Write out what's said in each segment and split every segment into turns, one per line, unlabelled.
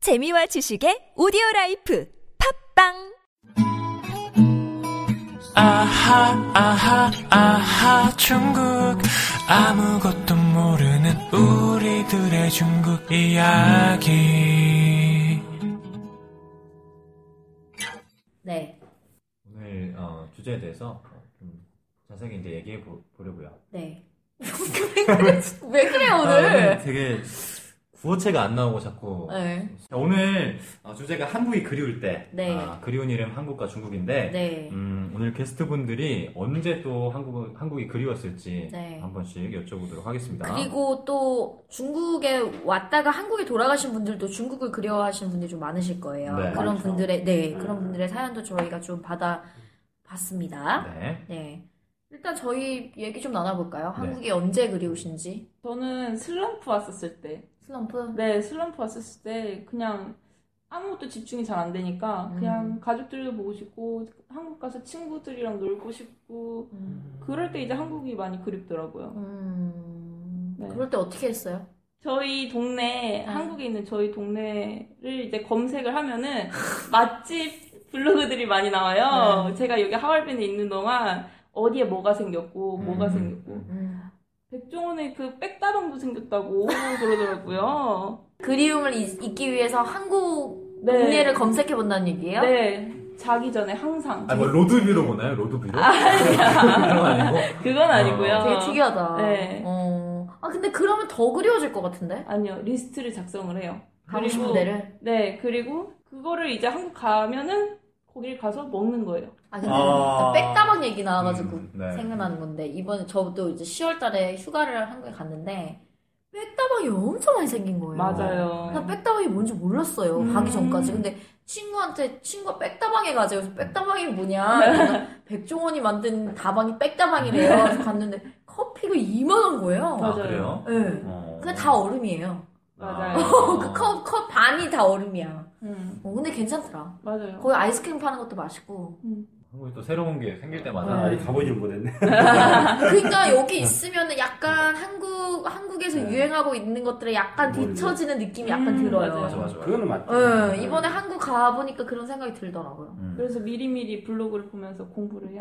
재미와 지식의 오디오 라이프 팝빵
아하 아하 아하 중국 아무것도 모르는 우리들의 중국 이야기
네,
오늘 어, 주제에 대해서 어, 좀 자세하게 이제 얘기해 보, 려고요 아,
네. 왜 그래, 왜 그래 오늘?
되게 구어체가 안 나오고 자꾸.
네,
자, 오늘 어, 주제가 한국이 그리울 때.
네.
아, 그리운 이름 한국과 중국인데.
네,
음, 오늘 게스트분들이 언제 또 한국, 한국이 그리웠을지
네.
한 번씩 여쭤보도록 하겠습니다.
그리고 또 중국에 왔다가 한국에 돌아가신 분들도 중국을 그리워하시는 분들이 좀 많으실 거예요.
네,
그런
그렇죠.
분들의 네, 그런 분들의 사연도 저희가 좀 받아 봤습니다.
네.
네. 일단 저희 얘기 좀 나눠볼까요? 한국이 언제 그리우신지?
저는 슬럼프 왔었을 때,
슬럼프?
네, 슬럼프 왔었을 때, 그냥 아무것도 집중이 잘 안 되니까, 그냥 가족들도 보고 싶고, 한국 가서 친구들이랑 놀고 싶고,
음,
그럴 때 이제 한국이 많이 그립더라고요.
음,
네.
그럴 때 어떻게 했어요?
저희 동네,
아.
한국에 있는 저희 동네를 이제 검색을 하면은, 맛집 블로그들이 많이 나와요. 제가 여기 하얼빈에 있는 동안, 어디에 뭐가 생겼고, 뭐가
음.
생겼고.
음.
백종원의 그 백다방도 생겼다고 그러더라고요.
그리움을 잊, 잊기 위해서 한국
네.
국내를 검색해 본다는 얘기예요?
네, 자기 전에 항상.
아, 뭐, 로드뷰로 보나요? 로드뷰로?
아,
그런 거 아니고.
그건 아니고요.
되게 특이하다.
네.
어. 아, 근데 그러면 더 그리워질 것 같은데?
아니요, 리스트를 작성을 해요.
가고
그리고-
싶은 데를.
네, 그리고 그거를 이제 한국 가면은 거길 가서 먹는 거예요.
아, 근데
아.
백다방 얘기 나와가지고
음, 네.
생각나는 건데, 이번에 저도 이제 10월 달에 휴가를 한국에 갔는데, 백다방이 엄청 많이 생긴
음.
거예요.
맞아요.
나 백다방이 뭔지 몰랐어요.
음.
가기 전까지. 근데 친구한테 친구가 백다방에 가자. 그래서 백다방이 뭐냐? 그래서 백종원이 만든 다방이 백다방이래요. 그래서 갔는데 커피가 2만 원 거예요.
아,
맞아요.
그래요?
네.
어.
그게 다 얼음이에요.
맞아요.
그 컵, 컵 반이 다 얼음이야.
음,
어, 근데 괜찮더라.
맞아요.
거기 아이스크림 파는 것도 맛있고.
한국에 또 새로운 게 생길 때마다.
네.
아직 가보질 못했네.
그러니까 여기 있으면 약간 한국, 한국에서
네.
유행하고 있는 것들에 약간
뭔지.
뒤처지는 느낌이 약간
음,
들어요.
맞아, 맞아. 맞아.
그거는 맞죠.
예, 이번에 한국 가보니까 그런 생각이 들더라고요.
음.
그래서 미리미리 블로그를 보면서 공부를 해요.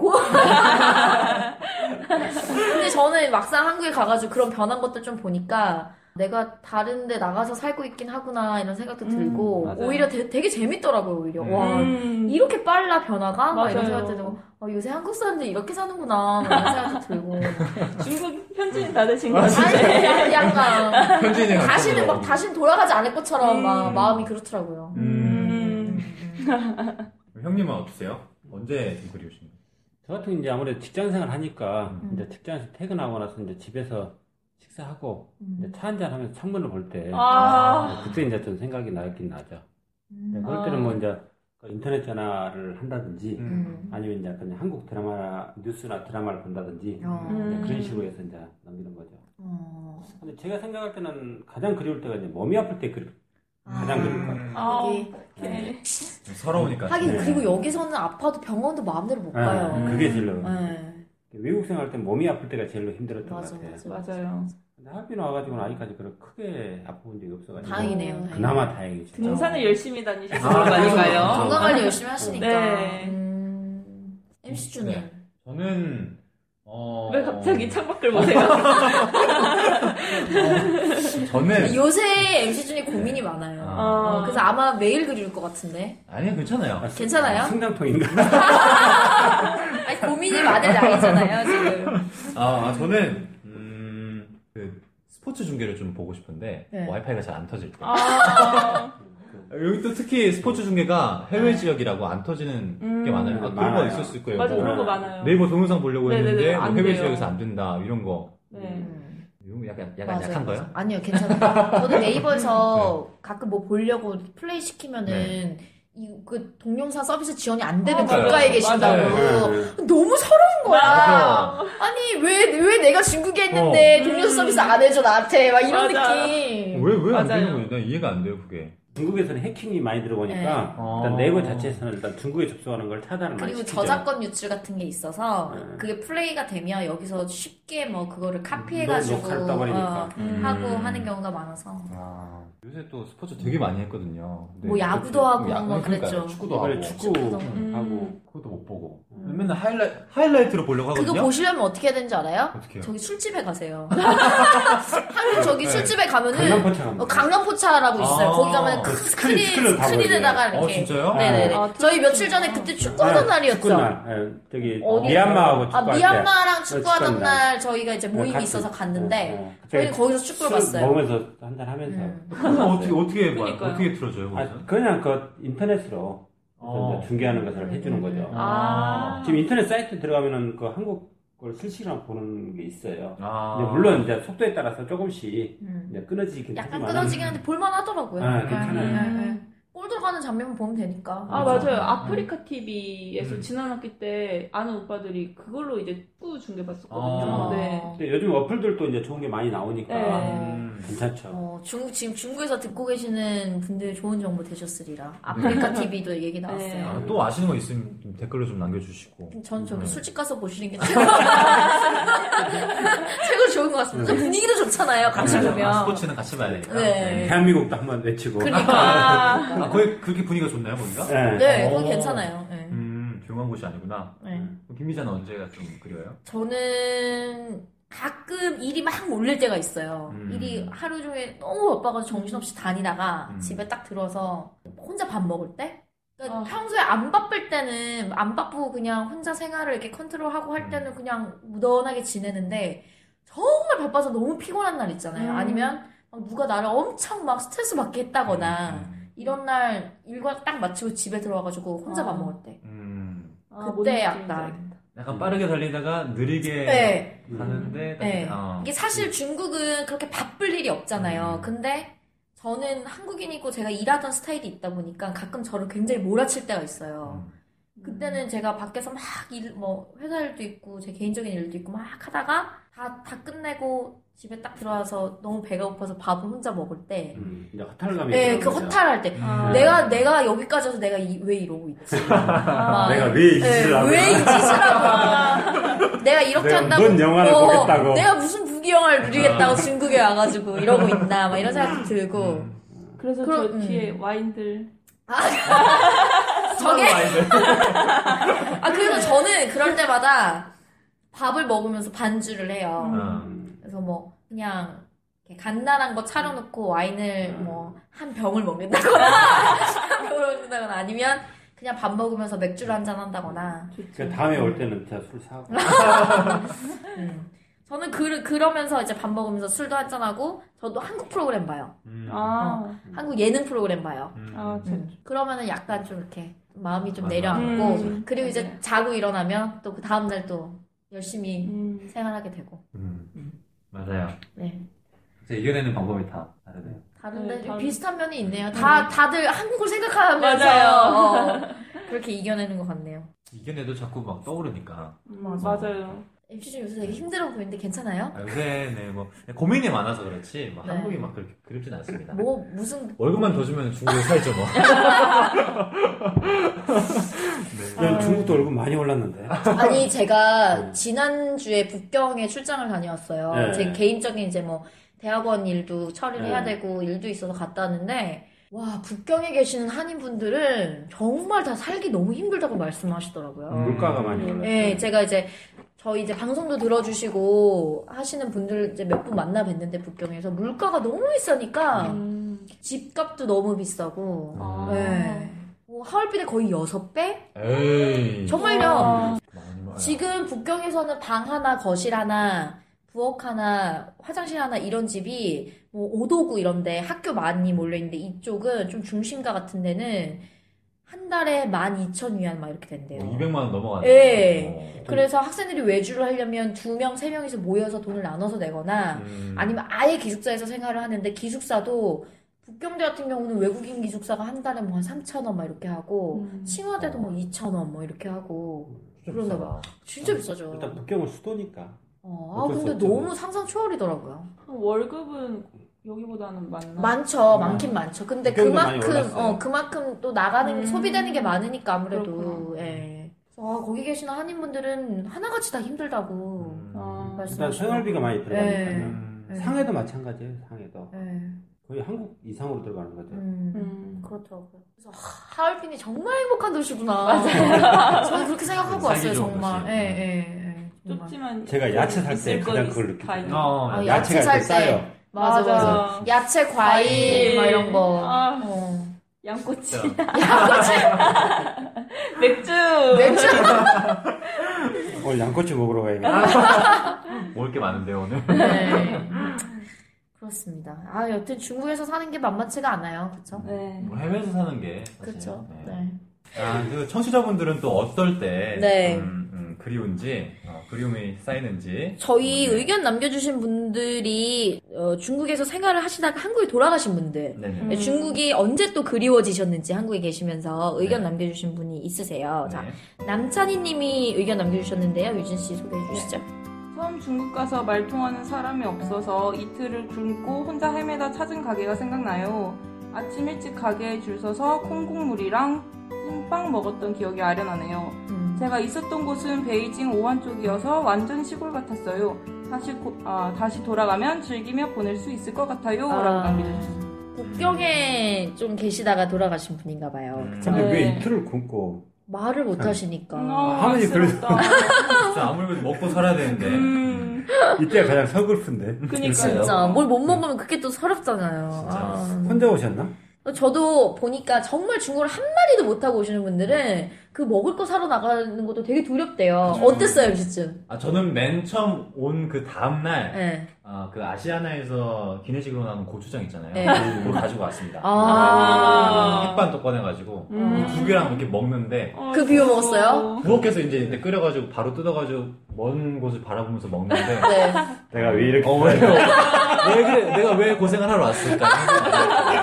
근데 저는 막상 한국에 가가지고 그런 변한 것들 좀 보니까 내가 다른 데 나가서 살고 있긴 하구나 이런 생각도
음,
들고
맞아요.
오히려 되, 게 재밌더라고요 오히려
음.
와
음,
이렇게 빨라 변화가 막 이런
맞아요.
생각도 들고 어, 요새 한국 사람들이 이렇게 사는구나 막 이런 생각도 들고
중국 편지는 다 되신 거 같은데.
아니 야- 약간
현진이
다시는 막 다시는 돌아가지 않을 것처럼 막
네, 음.
마음이 그렇더라고요
음.
형님은 어떠세요? 언제 좀 그리우신 거예요?
저 같은 이제 아무래도 직장 생활 하니까
음.
이제 직장에서 퇴근하고 나서 이제 집에서 식사하고
음.
이제 차 한잔 하면서 창문을 볼 때
아,
그때 이제 좀 생각이 나긴 나죠.
음.
그럴 때는 뭐 이제 그 인터넷 전화를 한다든지
음.
아니면 이제 약간 한국 드라마 뉴스나 드라마를 본다든지
어.
이제
음.
그런 식으로 해서 이제 넘기는 거죠.
어.
근데 제가 생각할 때는 가장 그리울 때가 이제 몸이 아플 때 그리 가장 그리울 것 같아요.
아,
여기. 네.
오케이.
좀 서러우니까.
하긴
네.
그리고 여기서는 아파도 병원도 마음대로
네.
못 가요
예, 그게 제일
네.
외국 생활 때 몸이 아플 때가 제일 힘들었던 것
맞아,
같아요.
맞아.
맞아요.
근데 하얼빈 와가지고는 아직까지 그렇게 크게 아픈 적이 없어가지고
다행이네요. 어. 다행이네요.
그나마 다행이죠.
등산을 열심히 다니시는
아,
거 아닌가요?
맞아요.
건강 관리 열심히 하시니까.
네.
음, MC 준이.
네. 저는 어...
왜 갑자기 창밖을 보세요?
저는
아, 요새 MC 준이 고민이 많아요.
아,
어, 그래서 아마 매일 그리울 것 같은데.
아니요 괜찮아요.
괜찮아요?
승강통인가?
아니, 고민이 많은 나이잖아요, 지금.
아, 아, 저는 음, 그 스포츠 중계를 좀 보고 싶은데
네.
와이파이가 잘 안 터질 때.
아,
여기 또 특히 스포츠 중계가 해외 지역이라고 안 터지는
음.
게 많아요. 아, 그런 거
많아요.
있었을 거예요.
맞아,
뭐
그런 거 많아요.
네이버 동영상 보려고
네네네,
했는데 뭐
안
해외
돼요.
지역에서 안 된다 이런 거.
네.
음,
이런 거 약간 약간
맞아요,
약한
맞아요.
거요?
아니요, 괜찮아요. 저도 네이버에서 가끔 뭐 보려고 플레이 시키면은 이 그 동영상 서비스 지원이 안 되는
아,
맞아요.
국가에 계신다고.
네, 맞아요.
너무 서러운 거야.
맞아요.
아니, 왜, 왜 내가 중국에 있는데
어.
동영상 서비스 안 해줘, 나한테. 막 이런
맞아요.
느낌.
왜 왜 안
맞아요.
되는 거지? 난 이해가 안 돼요 그게.
중국에서는 해킹이 많이 들어오니까
네.
일단
아.
네이버 자체에서는 일단 중국에 접속하는 걸 차단을 많이
그리고
시키죠.
저작권 유출 같은 게 있어서
네.
그게 플레이가 되면 여기서 쉽, 쉽게 뭐 그거를 카피해가지고
녹- 녹화를 떠버리니까.
어,
음.
하고 하는 경우가 많아서
아, 요새 또 스포츠 되게 많이 했거든요. 근데
뭐 야구도
그것도
하고
야-
뭐
그러니까요.
그랬죠.
축구도 하고.
이번에 축구
음.
하고
그것도 못 보고.
음.
맨날 하이라이, 하이라이트로 보려고 하거든요.
그거 보시려면 어떻게 해야 되는지 알아요?
어떻게 해요?
저기 술집에 가세요. 한국 저기
예. 네.
술집에 가면은
강남포차
어,
갑니다.
강남포차라고 있어요.
아,
거기 가면 큰
그
스크린,
스크린, 스크린,
스크린을 다
스크린에다가
어,
이렇게.
진짜요?
네네네.
아,
저희
그렇구나.
며칠 전에 그때
아,
축구하던 날이었죠.
축구날. 예, 저기
어디-
미얀마하고
아,
축구할 때.
미얀마랑 축구하던
축구하는
날 저희가 이제 모임이
같이.
있어서 갔는데
예, 예.
저희는
그때
거기서 축구를
술
봤어요.
먹으면서 한잔 하면서.
음.
그거 어떻게, 어떻게, 봐요?
그러니까요.
어떻게 틀어줘요,
네. 아,
거기서?
그냥 그 인터넷으로
어.
이제 중계하는 것을 해주는 거죠.
음.
아.
지금 인터넷 사이트 들어가면은 그 한국 걸 실시간 보는 게 있어요.
아.
근데 물론 이제 속도에 따라서 조금씩
음.
이제 끊어지긴
약간
하지만
끊어지긴 한데 볼만 하더라고요. 음.
아, 괜찮아요.
골 들어가는 장면만 보면 되니까.
네, 아
그렇죠.
음.
맞아요 아프리카 TV에서
음.
지난 학기 때 아는 오빠들이 그걸로 이제 꾸 중계
아.
어.
봤었거든요. 네.
근데 요즘 어플들도 이제 좋은 게 많이 나오니까
네.
음.
괜찮죠.
어, 중국 지금 중국에서 듣고 계시는 분들 좋은 정보 되셨으리라 아프리카 TV도 얘기
네.
나왔어요.
아, 또 아시는 거 있으면 좀 댓글로 좀 남겨주시고.
전 저기
음.
술집 가서 보시는 게 최고 최고 좋은 것 같습니다. 좀 분위기도 좋잖아요. 같이 보면.
네. 아, 스포츠는 같이 봐야 되니까.
네.
대한민국도 한번 외치고.
그러니까.
아, 거기 그렇게 분위기가 좋나요, 거기가?
네.
네,
어.
그건 괜찮아요. 네.
음, 조용한 곳이 아니구나.
네.
김 기자는 언제가 좀 그려요?
저는 가끔 일이 막 몰릴 때가 있어요.
음.
일이 하루 종일 너무 바빠가지고 정신없이 다니다가
음.
집에 딱 들어서 혼자 밥 먹을 때? 그러니까
어.
평소에 안 바쁠 때는 안 바쁘고 그냥 혼자 생활을 이렇게 컨트롤하고
음.
할 때는 그냥 무던하게 지내는데 정말 바빠서 너무 피곤한 날 있잖아요.
음.
아니면 막 누가 나를 엄청 막 스트레스 받게 했다거나
음.
이런 날 일과 딱 마치고 집에 들어와가지고 혼자
아.
밥 먹을 때
음.
아, 뭔
그때
느낌인지
약간
약간 빠르게 달리다가 느리게
네.
음.
가는데 딱-
네.
어.
이게 사실 중국은 그렇게 바쁠 일이 없잖아요.
음.
근데 저는 한국인이고 제가 일하던 스타일이 있다 보니까 가끔 저를 굉장히 몰아칠 때가 있어요.
음.
그때는 제가 밖에서 막 일, 뭐, 회사 일도 있고, 제 개인적인 일도 있고, 막 하다가 다, 다 끝내고 집에 딱 들어와서 너무 배가 고파서 밥을 혼자 먹을 때,
음, 이제 허탈감이. 들어오죠. 음.
네, 그 허탈할 때.
음.
아.
내가, 내가 여기까지 와서 내가 이- 왜 이러고 있지? 막
아, 내가 네, 왜 이 짓을 하고.
네, 왜이 짓을 하고 내가 이렇게
내가
한다고 어,
뭔 영화를 보겠다고. 어.
내가 무슨 부귀영화를 누리겠다고 중국에 와가지고 이러고 있나 막 이런 생각도 들고
음.
그래서
그럼,
저
음.
뒤에 와인들
저게
음.
아이들.
아 그래서 저는 그럴 때마다 밥을 먹으면서 반주를 해요
음.
그래서 뭐 그냥 이렇게 간단한 거 차려놓고 와인을
음.
뭐 한 병을 먹는다거나 한 병을 먹는다거나 아니면 그냥 밥 먹으면서 맥주를 한잔 한다거나
그 다음에 올 때는 제가 술 사고.
아. 음. 저는 그, 그러면서 이제 밥 먹으면서 술도 한잔하고, 저도 한국 프로그램 봐요.
음.
아,
한국 예능 프로그램 봐요.
음.
아, 제-
음. 그러면은 약간 좀 이렇게 마음이 좀
맞아.
내려앉고,
음.
그리고 이제
맞아요.
자고 일어나면 또 그 다음날 또 열심히
음.
생활하게 되고.
음. 맞아요.
네.
이제 이겨내는 방법이 다 다르네요.
다른데
네, 다른-
비슷한 면이 있네요. 다, 다들 한국을 생각하면서.
맞아요.
어, 그렇게 이겨내는 것 같네요.
이겨내도 자꾸 막 떠오르니까.
음,
맞아.
맞아요.
MC 좀 요새 되게 힘들어 보이는데 괜찮아요?
아, 요새는 뭐 고민이 많아서 그렇지 막
네.
한국이 막 그렇게 그립진 않습니다.
뭐, 무슨,
월급만 더 주면 중국에 살죠 뭐. 네.
아.
난 중국도 얼굴 많이 올랐는데.
아니 제가 지난주에 북경에 출장을 다녀왔어요.
네.
제 개인적인 이제 뭐 대학원 일도 처리를
네.
해야 되고 일도 있어서 갔다 왔는데 와 북경에 계시는 한인분들은 정말 다 살기 너무 힘들다고 말씀하시더라고요.
음.
물가가 많이 올랐어요.
네, 제가 이제 저희 이제 방송도 들어주시고 하시는 분들 이제 몇 분 만나 뵀는데 북경에서 물가가 너무 비싸니까
음.
집값도 너무 비싸고
아.
네. 뭐 하얼빈에 거의 6배?
에이.
정말요.
아.
많이 많아요.
지금 북경에서는 방 하나, 거실 하나, 부엌 하나, 화장실 하나 이런 집이 뭐 오도구 이런데 학교 많이 몰려 있는데 이쪽은 좀 중심가 같은 데는 한 달에 12,000위안 막 이렇게 된대요.
뭐 200만 원 넘어가네요.
예.
어.
그래서 학생들이 외주를 하려면 두 명, 세 명이서 모여서 돈을 나눠서 내거나
음.
아니면 아예 기숙사에서 생활을 하는데 기숙사도 북경대 같은 경우는 외국인 기숙사가 한 달에 뭐 한 3,000원 막 이렇게 하고
음.
칭화대도 뭐 2,000원 뭐 이렇게 하고
좀
그런가
비싸다. 아,
진짜 비싸죠.
일단 북경은 수도니까.
어, 아,
어쩔 수
근데
없죠. 뭐.
너무 상상 초월이더라고요.
그럼 월급은 여기보다는 많나?
많죠, 많긴 많죠. 근데
그때도 많이
그만큼,
올랐어요.
어, 그만큼 또 나가는,
음.
소비되는 게 많으니까 아무래도,
그렇구나.
예. 그래서 아, 거기 계시는 한인분들은 하나같이 다 힘들다고.
음.
아.
일단
말씀하시고.
생활비가 많이 들어가니까요.
음.
네.
상해도 마찬가지예요. 상해도
네.
거의 한국 이상으로 들어가는 거죠.
음.
음.
그렇더라고요. 그래서 하- 하얼빈이 정말 행복한 도시구나. 저는 그렇게 생각하고 왔어요,
사이즈적으로
정말.
도시.
예, 예, 예. 정말.
좁지만
제가 야채 살때
있을 건
그냥 그걸
있-
느끼죠.
다 있는 거.
어,
아,
야,
야채 살 때.
싸요.
맞아, 맞아. 야채, 과일,
과일.
막 이런 거.
아.
어.
양꼬치
진짜.
맥주
맥주.
오늘 양꼬치 먹으러
아,
가야겠다.
먹을 게뭐 많은데 오늘.
네. 그렇습니다. 아, 여튼 중국에서 사는 게 만만치가 않아요. 그쵸?
네.
뭐 해외에서 사는 게 사실.
그쵸?
네.
네.
아, 그 청취자분들은 또 어떨 때
네.
음, 음, 그리운지 어, 그리움이 쌓이는지
저희
네.
의견 남겨주신 분들이 어, 중국에서 생활을 하시다가 한국에 돌아가신 분들
네네.
음.
중국이 언제 또 그리워지셨는지 한국에 계시면서 의견
네.
남겨주신 분이 있으세요. 자,
네.
남찬이님이 의견 남겨주셨는데요. 유진 씨 소개해 주시죠.
처음 중국 가서 말 통하는 사람이 없어서 이틀을 굶고 혼자 헤매다 찾은 가게가 생각나요. 아침 일찍 가게에 줄 서서 콩국물이랑 찐빵 먹었던 기억이 아련하네요.
음.
제가 있었던 곳은 베이징 오한 쪽이어서 완전 시골 같았어요. 다시 고- 아, 다시 돌아가면 즐기며 보낼 수 있을 것 같아요. 라고
아,
남겨주셨어요.
국경에 좀 계시다가 돌아가신 분인가 봐요.
음.
그쵸?
근데
네.
왜 이틀을 굶고?
말을 못 하시니까.
할머니
진짜 아무래도 먹고 살아야 되는데
음,
이때가 가장 서글픈데.
그니까요.
진짜 뭘 못 먹으면 그게 또 서럽잖아요.
네. 진짜.
아.
혼자 오셨나?
저도 보니까 정말 중국어를 한 마디도 못하고 오시는 분들은 그 먹을 거 사러 나가는 것도 되게 두렵대요.
그렇죠.
그쵸.
어땠어요, 유지쯤?
아, 저는 맨 처음 온 그 다음날
네.
아, 그 아시아나에서 기내식으로 나온 고추장 있잖아요.
네.
그걸 가지고 왔습니다. 네.
아.
햇반도 꺼내가지고
음.
두 개랑 이렇게 먹는데
어,
그 비벼 먹었어요?
부엌에서 이제 이제 끓여가지고 바로 뜯어가지고 먼 곳을 바라보면서 먹는데
네.
내가 왜 이렇게
어, 왜, 왜 그래? 내가 왜 고생을 하러 왔을까?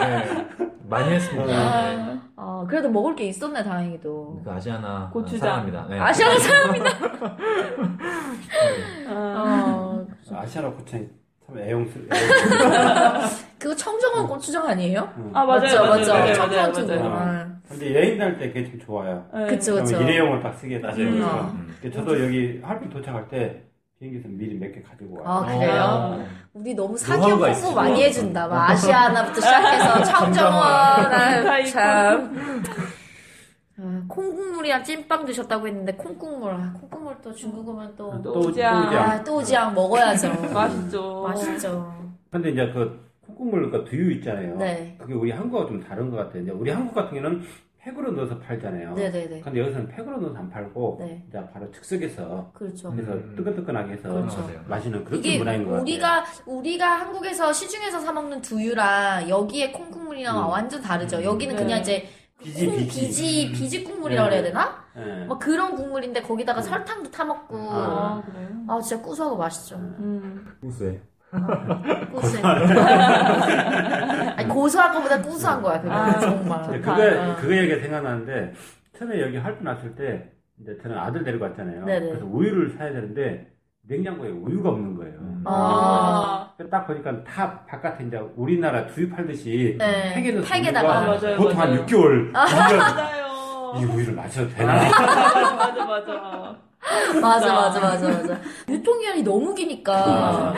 네. 많이 했습니다. 네.
아, 그래도 먹을 게 있었네, 다행히도.
그 아시아나
고추장.
사랑합니다. 네.
아시아나 사람,
아,
어,
아시아나 고창이 참 애용스. 애용스.
그거 청정원 고추장 아니에요?
아, 맞아요.
맞죠,
맞아요.
맞죠.
맞아요.
청정원
맞아요.
두부.
맞아요.
아,
근데 여행 다닐 때 그게 좀 좋아요.
네.
그쵸,
그러면
그쵸.
일회용을 딱 쓰게
맞아요.
되니까.
음.
근데 예, 저도 여기 할빈 도착할 때 비행기에서 미리 몇 개 가지고 와요.
아, 그래요?
어.
우리 너무 사기업
노하우가
홍보
있어.
많이 해준다. 막 아시아나부터 시작해서 청정원, 아유, 참. 아, 콩국물이랑 찐빵 드셨다고 했는데 콩국물, 아, 콩국물 또 중국어면 또,
또
또-
오지야.
또 오지야.
아, 또지양 먹어야죠.
맛있죠.
맛있죠.
근데 이제 그 콩국물 그 두유 있잖아요.
네.
그게 우리 한국하고 좀 다른 것 같아요. 이제 우리 한국 같은 경우는 팩으로 넣어서 팔잖아요.
네네네.
근데 여기서는 팩으로 넣어서 안 팔고
네,
이제 바로 즉석에서
그렇죠.
그래서
음.
뜨끈뜨끈하게 해서
그렇죠.
마시는 그런
이게
문화인 것 같아요.
우리가 우리가 한국에서 시중에서 사 먹는 두유랑 여기에 콩국물이랑
음.
완전 다르죠. 여기는
네.
그냥 이제
비지,
콩
비지.
비지 비지 국물이라고
네.
해야 되나?
예.
뭐 그런 국물인데 거기다가 설탕도 타 먹고
아.
아.
아, 그래요?
진짜 구수하고 맛있죠.
음.
우수해.
구수. 아니 고소한 거보다 구수한 거야 그거
아,
근데
정말.
좋다.
그거
아.
그거 얘기가 생각나는데 처음에 여기 할빈 왔을 때 이제 저는 아들 데리고 왔잖아요.
네네.
그래서 우유를 사야 되는데 냉장고에 우유가 없는 거예요.
음.
아.
아,
그래서 딱 보니까 다 바깥에 이제 우리나라 두유 팔듯이
네.
팩에는
팩에다가.
아, 맞아요,
보통
맞아요.
한 6개월, 1년
맞아요.
이 우유를 마셔도 되나?
맞아, 맞아.
맞아 맞아 맞아 맞아. 유통기한이 너무
아.
기니까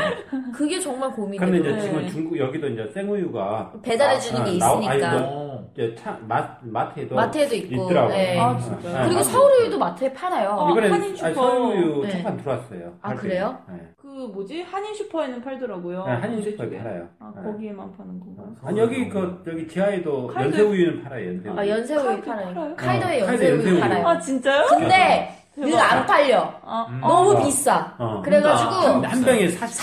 그게 정말 고민이에요.
근데 이제
네.
지금 중국 여기도 이제 생우유가
배달해 주는
아,
게
나오-
있으니까.
아니,
어,
이제 차, 마, 마트에도
마트에도 있고.
있더라고요.
네.
아, 진짜요?
네,
그리고
마트.
서울우유도 마트에 팔아요.
어.
이번에
한인 슈퍼.
서울우유
네.
잠깐 들어왔어요.
아,
할인이.
그래요?
네.
그 뭐지? 한인 슈퍼에는 팔더라고요.
네, 한인 슈퍼에
쪽에.
팔아요.
아,
네.
거기에만 파는 건가?
아니 여기 그 여기 지하에도
칼도-
연세우유는 팔아요. 연세우유.
아, 연세우유
칼도
팔아요.
팔아요?
칼도에
어, 칼도
연세우유
연세우유.
팔아요.
아, 진짜요?
근데
대박.
늘 안 팔려.
아,
음.
너무
아.
비싸.
어.
그래가지고
그러니까.
한 병에 40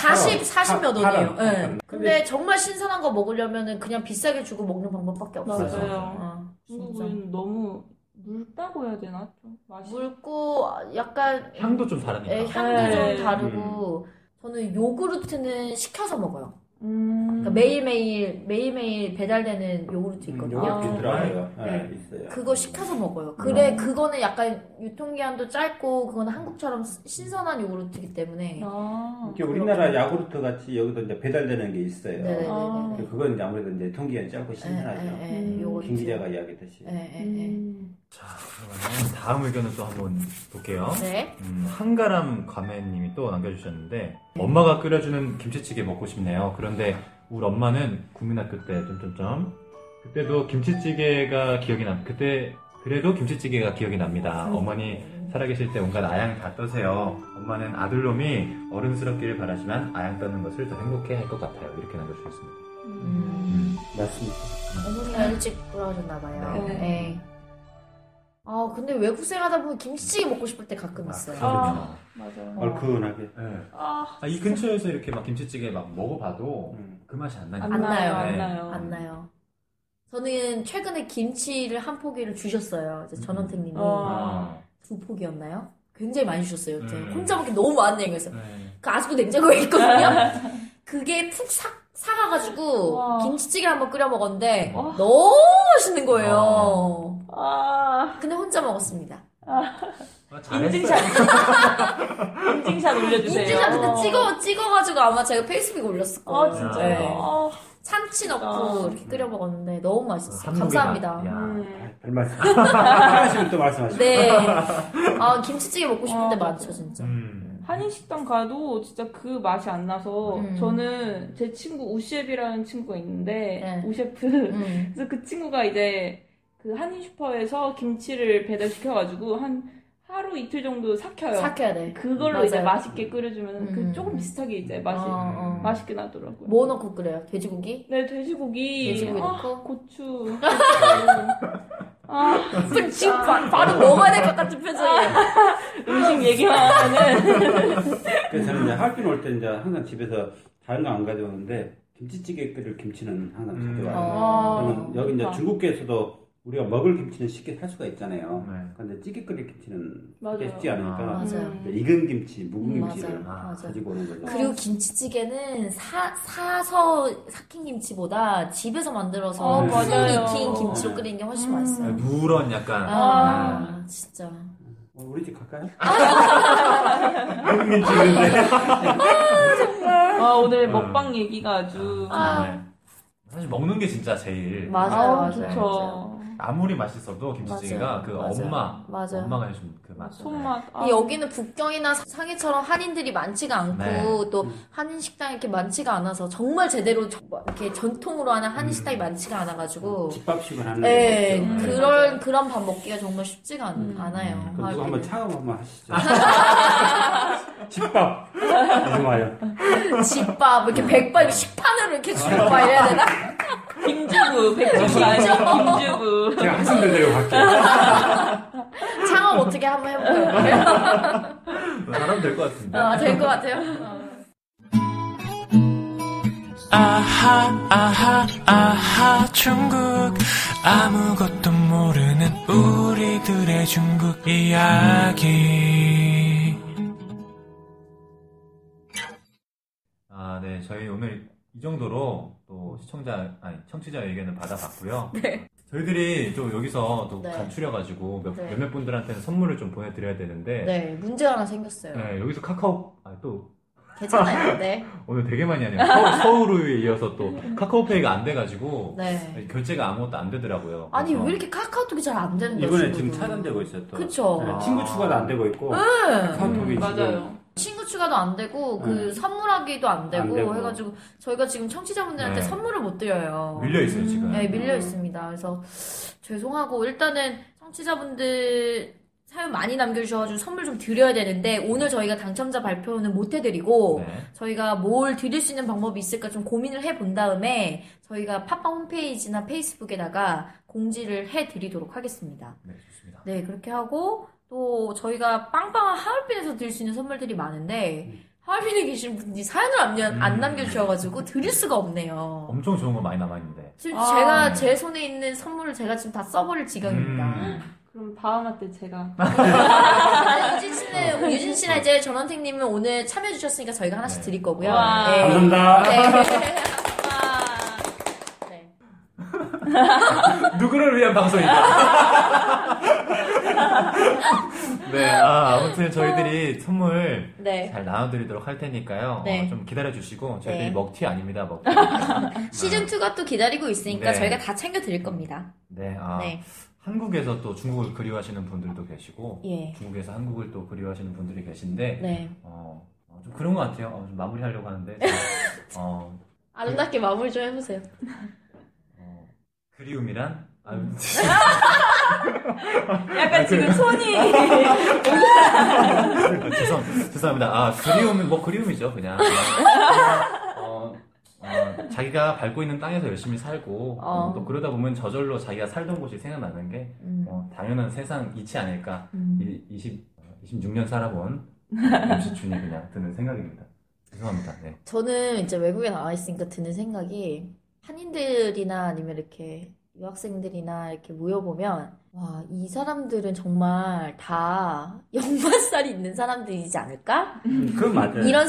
40, 40 몇 원이에요. 예.
네.
근데, 정말 신선한 거 먹으려면 그냥 비싸게 주고 먹는 방법밖에 없어요.
맞아요. 음.
어,
중국
진짜.
우유는 너무 묽다고 해야 되나? 좀 맛이.
묽고 약간
향도 좀 다르니까.
예, 향도
네.
좀 다르고 저는 요구르트는 시켜서 먹어요.
음.
그러니까 매일매일 매일매일 배달되는 요구르트
음,
있거든요.
여기
아.
들어가요.
네.
네, 있어요.
그거 시켜서 먹어요.
음.
그래, 그거는 약간 유통기한도 짧고, 그건 한국처럼 스- 신선한 요구르트이기 때문에.
아.
이렇게 우리나라 야구르트 같이 여기도 이제 배달되는 게 있어요.
네네네네.
아.
근데 그건 이제 아무래도 이제 통기한 짧고 신선하죠.
예, 예, 예,
음,
요거트.
김 기자가 이야기했듯이.
예, 예, 예.
음.
자, 그러면 다음 의견을 또 한번 볼게요.
네.
음, 한가람 과매님이 또 남겨주셨는데 엄마가 끓여주는 김치찌개 먹고 싶네요. 그런데 우리 엄마는 국민학교 때 점점점 그때도 김치찌개가 기억이 납. 그때 그래도 김치찌개가 기억이 납니다.
음.
예.
어머니 살아계실 때 온갖 아양 다 떠세요. 엄마는 아들놈이 어른스럽기를 바라지만 아양 떠는 것을 더 행복해 할 것 같아요. 이렇게 남겨주셨습니다.
음.
맞습니다.
어머니가 일찍 돌아가셨나봐요.
네.
네. 아, 근데 외국생 하다 보면 김치찌개 먹고 싶을 때 가끔 있어요.
아.
어.
맞아요.
얼큰하게.
네.
아,
아, 이 근처에서 이렇게 막 김치찌개 막 먹어봐도
음.
그 맛이 안 나니까.
안
안 나요.
나요, 안
네.
나요.
안 나요. 저는 최근에 김치를 한 포기를 주셨어요. 이제 전원택님이.
어.
아.
두 포기였나요? 굉장히 많이 주셨어요. 여튼.
음.
혼자 먹기 너무 많은 양이었어요.
네. 아,
그 아직도 냉장고에 있거든요? 그게 푹 삭, 사가가지고
와.
김치찌개를 한번 끓여 먹었는데
와.
너무 맛있는 거예요.
아,
근데 혼자 먹었습니다.
아, 잘했어요.
인증샷. 인증샷 올려주세요.
인증샷
어.
그때 네. 찍어, 찍어가지고 아마 제가 페이스북에 올렸을 거예요.
아, 진짜요?
네.
아,
참치 넣고
아.
이렇게 끓여 먹었는데 너무 맛있었어요.
한국의
감사합니다.
맛. 아, 야.
음.
아, 별 말씀. 하시면 또 말씀하시고.
네. 아, 김치찌개 먹고 싶은 데
아.
많죠, 진짜.
음.
한인식당 가도 진짜 그 맛이 안 나서
음.
저는 제 친구 우셰프라는 친구가 있는데
네.
우셰프
음.
그래서 그 친구가 이제 그 한인 슈퍼에서 김치를 배달시켜가지고 한 하루 이틀 정도 삭혀요.
삭혀야 돼.
그걸로
맞아요.
이제 맛있게 끓여주면
음.
그 조금 비슷하게 이제 맛이
어, 어.
맛있게 나더라고요.
뭐 넣고 끓여요? 돼지고기?
네 돼지고기,
돼지고기
아,
넣고?
고추, 고추. 아
지금, 지금 바, 바로 먹어야 될 것 같은 표정이에요.
음식 얘기만 하면은
그래서 저는 이제 학교 올 때 이제 항상 집에서 다른 거 안 가져오는데 김치찌개 끓일 김치는 항상
음.
가져와요.
어.
그러면 여기 이제
좋다.
중국계에서도 우리가 먹을 김치는 쉽게 살 수가 있잖아요.
네.
근데 찌개 끓일 김치는
맞아요.
쉽지 않으니까
아, 맞아요.
이제 익은 김치, 묵은
음,
김치를
맞아요.
아,
맞아요.
가지고 오는 거죠.
그리고 김치찌개는 사, 사서 삭힌 김치보다 집에서 만들어서
어,
푹
맞아요.
익힌 김치로 끓이는 게 훨씬
음.
맛있어요.
아, 누런 약간. 음.
아, 진짜.
어, 우리 집 갈까요?
아 오늘
음.
먹방 얘기가 아주
아. 사실 먹는 게 진짜 제일
맞아요,
아우,
맞아요.
좋죠.
아무리 맛있어도 김치찌개가
맞아요.
그
맞아요.
엄마
맞아요.
엄마가 해준 그 맛.
손맛. 아.
이 여기는 북경이나 상해처럼 한인들이 많지가 않고
네.
또 한인 식당이 이렇게 많지가 않아서 정말 제대로 저- 뭐 이렇게 전통으로 하는 한인
음.
식당이 많지가 않아가지고
집밥식을 하는
예
네.
거죠. 네.
음.
그런 그런 밥 먹기가 정말 쉽지가 않,
음.
아요 네.
그럼 누구 한번 차음 한번 하시죠. 집밥. 이정아요.
집밥
네.
이렇게 백반 이렇게 식판으로 이렇게 주는 거 이래야 되나?
김주부, 백주부 아니고 김주부.
제가 하신 대로 갈게요.
창업 어떻게 한번 해볼까요?
잘하면 될 것 같은데.
아, 될것 같아요.
아하 아하 아하 중국 아무것도 모르는 우리들의 중국 이야기
아, 네. 저희 오늘 이 정도로 또 시청자, 아니, 청취자 의견을 받아봤고요.
네.
저희들이 좀 여기서 또
네.
간추려가지고 몇,
네.
몇몇 분들한테는 선물을 좀 보내드려야 되는데.
네, 문제가 하나 생겼어요.
네, 여기서 카카오, 아, 또,
괜찮아요. 네. 오늘
오늘 되게 많이 하네요. 서울, 서울에 이어서 또 카카오페이가 안 돼가지고.
네.
결제가 아무것도 안 되더라고요.
아니,
그래서
왜 이렇게 카카오톡이 잘 안 되는 거지?
이번에 지금 차단되고 있어요. 또.
그쵸.
네, 친구 추가도 안 되고 있고.
네.
카톡이 지금
맞아요.
친구 추가도 안 되고, 그,
네.
선물하기도 안 되고,
안 되고.
해가지고, 저희가 지금 청취자분들한테
네.
선물을 못 드려요.
밀려있어요, 지금.
네, 밀려 있습니다. 그래서 죄송하고 일단은 청취자분들 사연 많이 남겨주셔가지고 선물 좀 드려야 되는데 오늘 저희가 당첨자 발표는 못 해드리고
네.
저희가 뭘 드릴 수 있는 방법이 있을까 좀 고민을 해본 다음에 저희가 팟빵 홈페이지나 페이스북에다가 공지를 해드리도록 하겠습니다.
네, 좋습니다.
네, 그렇게 하고 또 저희가 빵빵한 하얼빈에서 드릴 수 있는 선물들이 많은데 하얼빈에 계신 분이 사연을 안, 연- 안
음.
남겨주셔가지고 드릴 수가 없네요.
엄청 좋은 거 많이 남아있는데.
지금
아.
제가 제 손에 있는 선물을 제가 지금 다 써버릴 지경입니다.
음.
그럼 다음 화 때 제가
아, 유진 씨는 유진 씨나 이제 전원택님은 오늘 참여해 주셨으니까 저희가 하나씩
네.
드릴 거고요.
와.
감사합니다.
네. 네.
누구를 위한 방송이다. 네, 아, 아무튼 저희들이 선물
네.
잘 나눠드리도록 할 테니까요.
네.
어, 좀 기다려주시고, 저희들이
네.
먹튀 아닙니다, 먹튀.
시즌 2가 또 기다리고 있으니까
네.
저희가 다 챙겨 드릴 겁니다.
네, 아,
네.
한국에서 또 중국을 그리워하시는 분들도 계시고,
예.
중국에서 한국을 또 그리워하시는 분들이 계신데,
네.
어, 어, 어, 좀 그런 것 같아요. 어, 좀 마무리하려고 하는데. 좀, 어,
아름답게 마무리 좀 해보세요.
어, 그리움이란? 아,
약간 지금 손이
아, 죄송, 죄송합니다. 아, 그리움은, 뭐 그리움이죠, 그냥. 그냥, 어, 어, 자기가 밟고 있는 땅에서 열심히 살고,
어.
어, 또 그러다 보면 저절로 자기가 살던 곳이 생각나는 게,
음.
어, 당연한 세상 이치 아닐까.
음.
이- 20, 26년 살아본 김시춘이 그냥 드는 생각입니다. 죄송합니다. 네.
저는 이제 외국에 나와 있으니까 드는 생각이 한인들이나 아니면 이렇게 유학생들이나 이렇게 모여보면 와, 이 사람들은 정말 다 역마살이 있는 사람들이지 않을까?
음, 그건 맞아요.
이런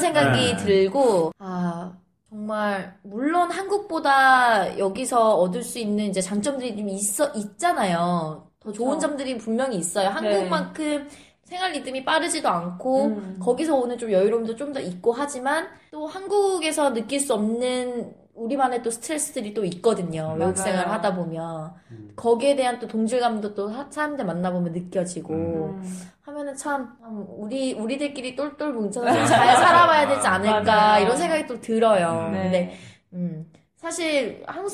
네.
생각이 들고 아, 정말 물론 한국보다 여기서 얻을 수 있는 이제 장점들이 좀 있어 있잖아요. 더 좋은
그렇죠.
점들이 분명히 있어요. 한국만큼 생활 리듬이 빠르지도 않고
음.
거기서 오는 좀 여유로움도 좀 더 있고 하지만 또 한국에서 느낄 수 없는 우리만의 또 스트레스들이 또 있거든요.
맞아요.
외국 생활 하다 보면
음.
거기에 대한 또 동질감도 또 하- 사람들 만나보면 느껴지고
음.
하면은 참 음, 우리 우리들끼리 똘똘 뭉쳐서 좀잘 살아봐야 되지 않을까
맞아요. 네.
이런 생각이 또 들어요.
음,
근데 음, 사실 한국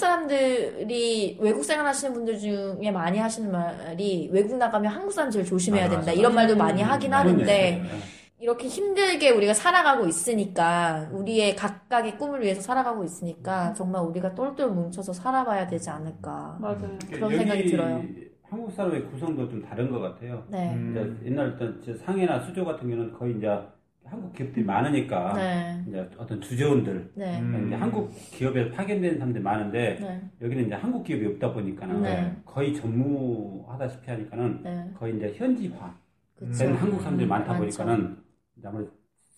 사람들이 외국 생활하시는 분들 중에 많이 하시는 말이 외국 나가면 한국 사람 제일 조심해야
맞아,
된다
맞아,
이런
맞아.
말도 많이
음,
하긴
맞아.
하는데
그러네.
이렇게 힘들게 우리가 살아가고 있으니까 우리의 각각의 꿈을 위해서 살아가고 있으니까 정말 우리가 똘똘 뭉쳐서 살아봐야 되지 않을까.
맞아요.
그런 생각이
여기
들어요.
한국 사람의 구성도 좀 다른 것 같아요.
네,
이제 옛날 어떤 이제 상해나 수조 같은 경우는 거의 이제 한국 기업들이 많으니까
네,
이제 어떤 주재원들
네,
음.
이제 한국 기업에 파견된 사람들이 많은데
네,
여기는 이제 한국 기업이 없다 보니까는
네.
거의 전무하다시피 하니까는
네,
거의 이제 현지화
그쵸.
된 한국 사람들이 많다
많죠.
보니까는 이제 아무래도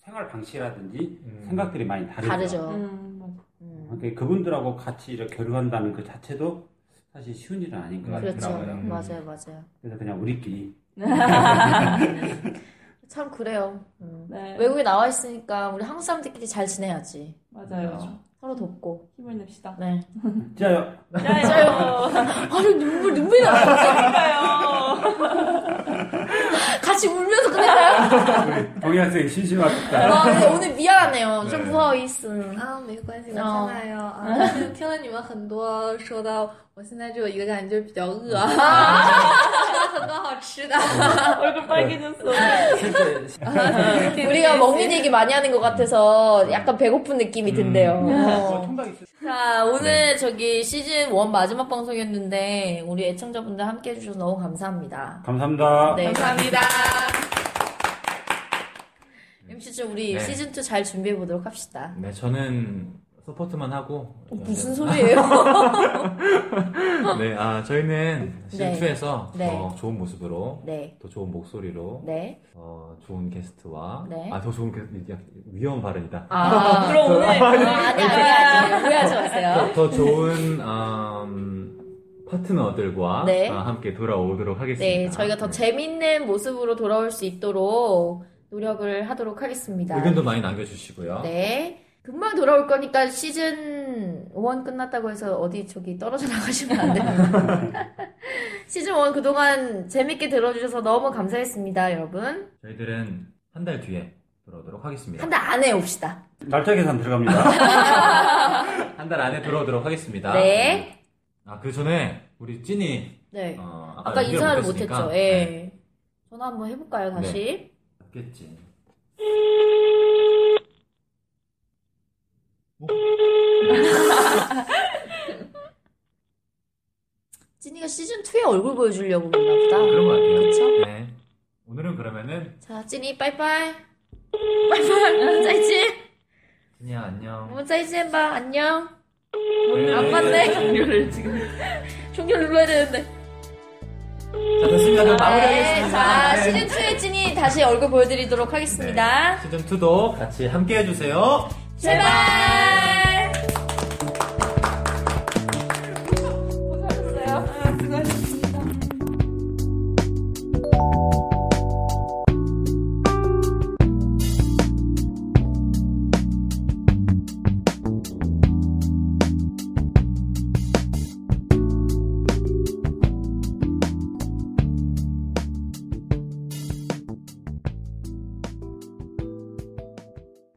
생활 방식이라든지
음.
생각들이 많이 다르죠.
다르죠.
음, 맞아.
음.
그러니까 그분들하고 같이 이렇게 교류한다는 그 자체도 사실 쉬운 일은 아닌 것
그렇죠.
같더라고요. 네.
음.
맞아요, 맞아요.
그래서 그냥 우리끼리
참 그래요. 음.
네.
외국에 나와 있으니까 우리 한국 사람들끼리 잘 지내야지.
맞아요.
서로 돕고.
힘을 냅시다.
네.
짜요.
짜요.
아니 눈물 눈물이 나.
짜요.
같이 울면서 끝내나요?
동양생 심심하겠다.
아, 근데 오늘 미안하네요. 좀
네.
부하이스.
啊，没关系，我
嗯哦
上来呀啊！但是听了你们很多，说到我现在只有一个感觉，就是比较饿，吃了 很多好吃的。
얼굴 빨개졌어.
실제
네. 우리가 먹는 얘기 많이 하는 것 같아서 약간 배고픈 느낌이 든대요. 네. 어. 자, 오늘 저기 시즌 1 마지막 방송이었는데 우리 애청자분들 함께 해주셔서 너무 감사합니다.
감사합니다.
네.
감사합니다.
MC즈 우리
네.
시즌 2 잘 준비해 보도록 합시다.
네, 저는 서포트만 하고.
어, 무슨 소리예요?
네, 아, 저희는
네.
시즌2에서
네.
더 좋은 모습으로,
네.
더 좋은 목소리로,
네.
어, 좋은 게스트와,
네.
아, 더 좋은 게스트, 이게 위험 발언이다.
아,
그럼 오늘
아니, 아니, 아니, 아니. 오해하지 마세요.
더, 더 좋은, 음, 파트너들과
네.
아, 함께 돌아오도록 하겠습니다.
네, 저희가 더 재밌는 모습으로 돌아올 수 있도록 노력을 하도록 하겠습니다.
의견도 많이 남겨주시고요.
네. 금방 돌아올 거니까 시즌 1 끝났다고 해서 어디 저기 떨어져 나가시면 안 됩니다. 시즌 1 그동안 재밌게 들어주셔서 너무 감사했습니다, 여러분.
저희들은 한 달 뒤에 돌아오도록 하겠습니다.
한 달 안에 옵시다.
날짜 계산 들어갑니다.
한 달 안에 돌아오도록 하겠습니다.
네.
아, 그 전에, 우리 찐이,
네.
어, 아까,
아까
연결을
인사를
못했으니까. 네.
못했죠. 예. 전화 한번 해볼까요, 다시?
없겠지.
찐이가 시즌 2의 얼굴 보여주려고 그러나 보다.
그런 것 같아요.
그쵸?
네. 오늘은 그러면은,
자, 찐이, 빠이빠이. 빠이빠이. 짜이찐.
찐이야, 안녕.
뭐 짜이찐 봐. 안녕.
네.
안 맞네.
종료를 지금.
종결 눌러야 되는데.
자, 됐습니다. 그럼
네,
마무리하겠습니다.
자, 시즌 2의 찐이 다시 얼굴
네.
보여드리도록 하겠습니다.
시즌2도 같이 함께 해주세요.
제발!